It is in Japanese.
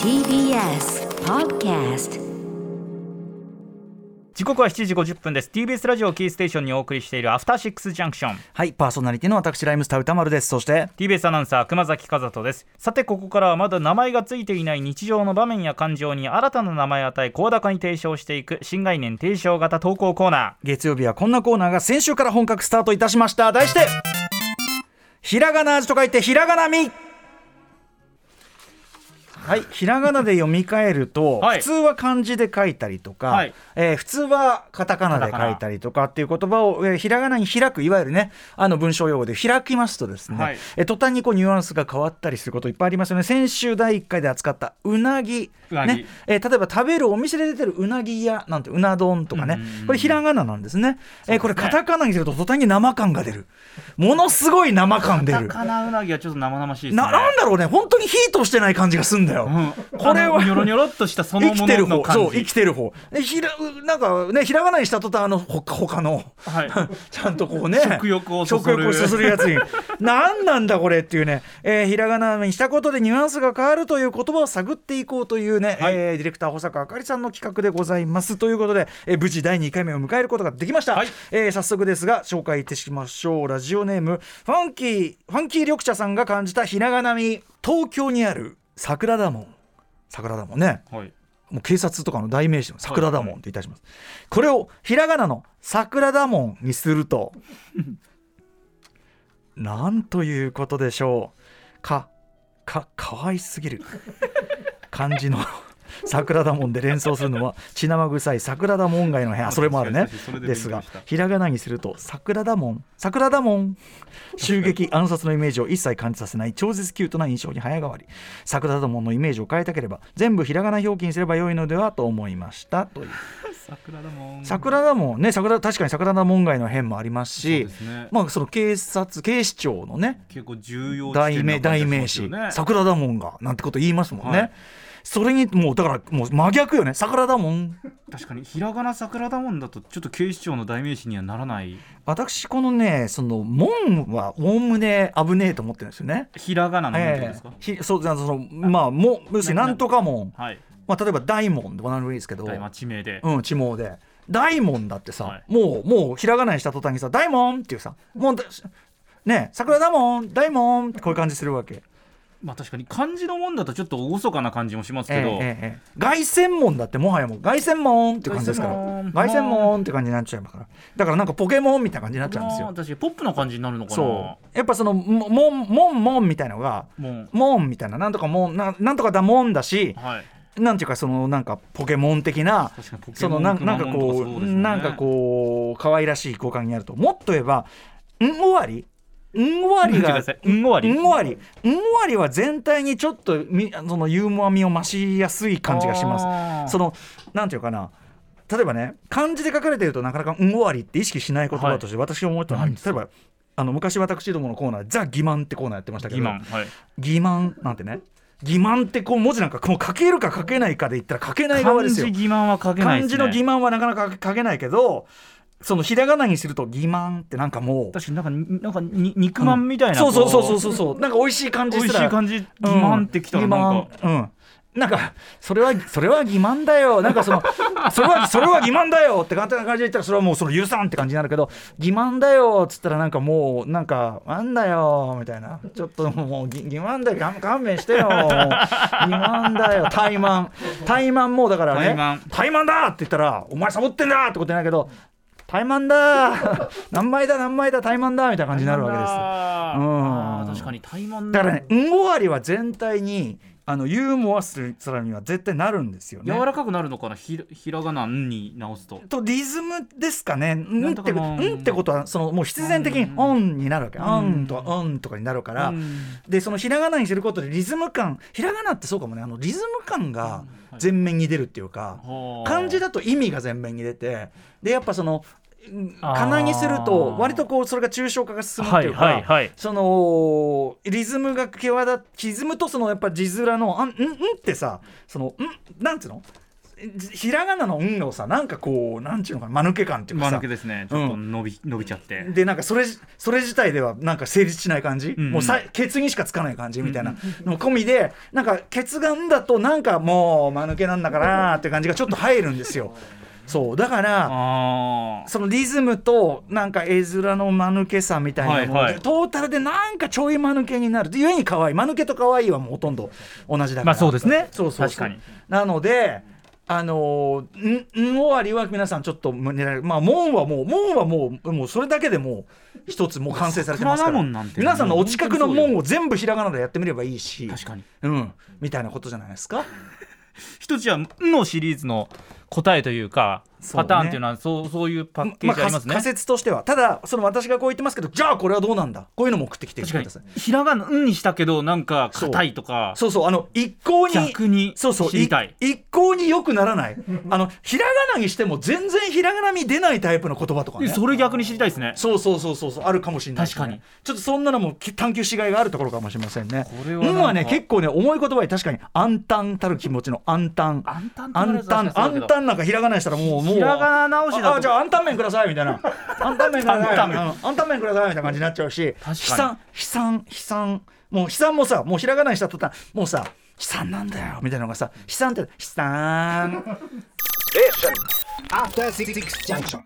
TBS Podcast 時刻は7時50分です TBS ラジオをキーステーションにお送りしているアフターシックスジャンクションはい、パーソナリティの私、ライムスター歌丸です。そして、 TBS アナウンサー熊崎和人ですさてここからはまだ名前がついていない日常の場面や感情に新たな名前を与え声高に提唱していく新概念提唱型投稿コーナ月曜日はこんなコーナーが先週から本格スタートいたしました。題して、ひらがな味と書いて、ひらがなみはい、ひらがなで読み替えると、はい普通は漢字で書いたりとか、はいえー普通はカタカナで書いたりとかっていう言葉を、えーひらがなに開くいわゆるねあの文章用語で開きますとですね、はいえー途端にこうニュアンスが変わったりすることいっぱいありますよね先週第1回で扱ったうなぎうなぎねえー例えば食べるお店で出てるうなぎ屋なんてうな丼とかねうんうんうんこれひらがななんですねえーこれカタカナにすると途端に生感が出るものすごい生感ー出るナウナギはちょっと生々しいななんだろうね本当にヒートしてない感じがすんだよ、これはニョロニョロっとしたそ生きてる方そう生きてる方でひらなんかねひらがなにした途端あのほかほかのはい ちゃんとこうね食欲をそそる食欲をそそる やつに何なんだこれっていうね、えーひらがなにしたことでニュアンスが変わるという言葉を探っていこうというね、はいえーディレクター保坂あかりさんの企画でございますということで、えー無事第2回目を迎えることができました、はいえー早速ですが紹介いたしましょうラジオネームファンキーファンキー緑茶さんが感じたひらがなみ東京にある桜田門桜田門ねはいもう警察とかの代名詞の桜田門っていたします。これをひらがなの桜田門にすると、なんということでしょう。か、か、かわいすぎる。漢 字の桜田門で連想するのは血生臭い桜田門外の部屋それもあるね確かに確かにそれでですが勉強したひらがなにすると桜田門桜田門襲 撃暗殺のイメージを一切感じさせない超絶キュートな印象に早変わり桜田門のイメージを変えたければ全部ひらがな表記にすれば良いのではと思いましたという桜だもん桜田門ね桜確かに桜田門外の変もありますしそうですねまあその警察警視庁のね結構重要代名代名詞、桜田門がなんてこと言いますもんね、はいそれにもうだからもう真逆よね桜田門確かにひらがな桜だもんだとちょっと警視庁の代名詞にはならない私このねその門はおおむね危ねえと思ってるんですよねひらがなのものえですか、えひそうじゃあそのまあも要するになんとか門、はいまあ、例えば大門でも何でもいいですけど、大麻地名で、うん、地名で大門だってさ、はいもうもうひらがなにした途端にさ「大門」っていうさもうだねえ桜大門大門ってこういう感じするわけ。まあ確かに漢字のもんだとちょっと厳かな感じもしますけど、ええええ凱旋門だってもはやもう凱旋門って感じですから凱旋門凱旋門って感じになっちゃいますからだからなんかポケモンみたいな感じになっちゃうんですまあよ確かにポップな感じになるのかなそうやっぱそのも門門門みたいのがもう門みたいななんとか門ななんとかだもんだしはいなんていうかそのなんかポケモン的な確かにポケそモのンなんポケモなんかンとこそうですよねなんかこう可愛らしい語感にあるともっと言えば「ん終わり」ん終わり見てくだがさいん終わりん終わりん終わりは全体にちょっとみそのユーモア味を増しやすい感じがしますあーそのなんていうかな例えばね漢字で書かれてるとなかなか「ん終わり」って意識しない言葉として私が思ったのは、はい例えばあの昔私どものコーナー「ザ・欺瞞」ってコーナーやってましたけど欺瞞はい欺瞞なんてね欺瞞ってこう文字なんかもう書けるか書けないかで言ったら書けない側ですよ漢字欺瞞は書けないで漢す字ねの欺瞞はなかなか書けないけどそのひらがなにすると欺瞞ってなんかもう確かになんかになんかに肉まんみたいな、そうそうそうそううそうそうなんか美味しい感じ美味すしらい感じ欺瞞ってきたらなんか、うん、欺瞞うんなんかそれはそれは欺瞞だよなんかそのそれはそれは欺瞞だよって簡単な感じで言ったらそれはもうその許さんって感じになるけど欺瞞だよっつったらなんかもうなんかなんだよみたいなちょっともうぎ欺瞞だよ勘勘弁してよ欺瞞だよ怠慢怠慢もうだからね怠慢怠慢だって言ったらお前サボってんだってことになるけど怠慢だ何枚だ何枚だ怠慢だみたいな感じになるわけですあうんー確かに怠慢なだからね、うんごわりは全体に、あのユーモアするさらには絶対なるんですよね。柔らかくなるのかなひらひらがな「ん」に直すととリズムですかね。うんなんっとて、かうもうんってことは、そのもう必然的にうんオンになるわけ。オうんンとオンとかになるから。うんで、そのひらがなにすることでリズム感、ひらがなってそうかもね、あのリズム感がうん前面に出るっていうか。はあ漢字だと意味が前面に出て、で、やっぱその。うんあーかなにすると割とこうそれが抽象化が進むっていうか、はいはいはいそのリズムが際立リズムとそのやっぱ字面のあんんんってさそのんなんつうのひらがなの「ん」をさなんかこうなんちゅうのかな間抜け感っていうか間さ抜けですねちょっと伸び,、伸びちゃってでなんかそれそれ自体ではなんか成立しない感じ、んうんもうさケツにしかつかない感じみたいなの込みでなんかケツがんだとなんかもう間抜けなんだからって感じがちょっと入るんですよ。そうだからああそのリズムとなんか絵面の間抜けさみたいなもので、はいはいトータルでなんかちょい間抜けになるゆえに可愛い間抜けと可愛いはもうほとんど同じだからまあそうですねそうそうそう確かになのであのーんん終わりは皆さんちょっと狙えるまあ門はもう門はもうもうそれだけでもう一つもう完成されてますか桜ら門なんて皆さんのお近くのもう本当にそう門を全部ひらがなでやってみればいいし確かにうんみたいなことじゃないですか一つは「ん」のシリーズの答えというかそうねパターンっていうのはそうそういうパッケーまジありますね、仮説としてはただその私がこう言ってますけどじゃあこれはどうなんだこういうのも送ってきてく確かださいにひらがな「ん」にしたけどなんか硬いとかそうそうあの一向に逆にそうそう知りたい一向によくならないあのひらがなにしても全然ひらがなに出ないタイプの言葉とかねそれ逆に知りたいですねそうそうそうそうそうあるかもしれない、確かにちょっとそんなのもき探求しがいがあるところかもしれませんねこれはうなんんかはね結構ね重い言葉で確かに安泰たる気持ちの安泰安泰って言われ安ると泰安泰なんかひらがなにしたらもうもうひらがな直しだとああじゃあ安泰麺くださいみた いな安泰麺くださ安い泰麺あの安泰麺くださいみたいな感じになっちゃうしかに悲惨悲惨悲惨もう悲惨もさもうひらがなにした途端もうさ悲惨なんだよみたいなのがさ悲惨って悲惨 After Six Junction.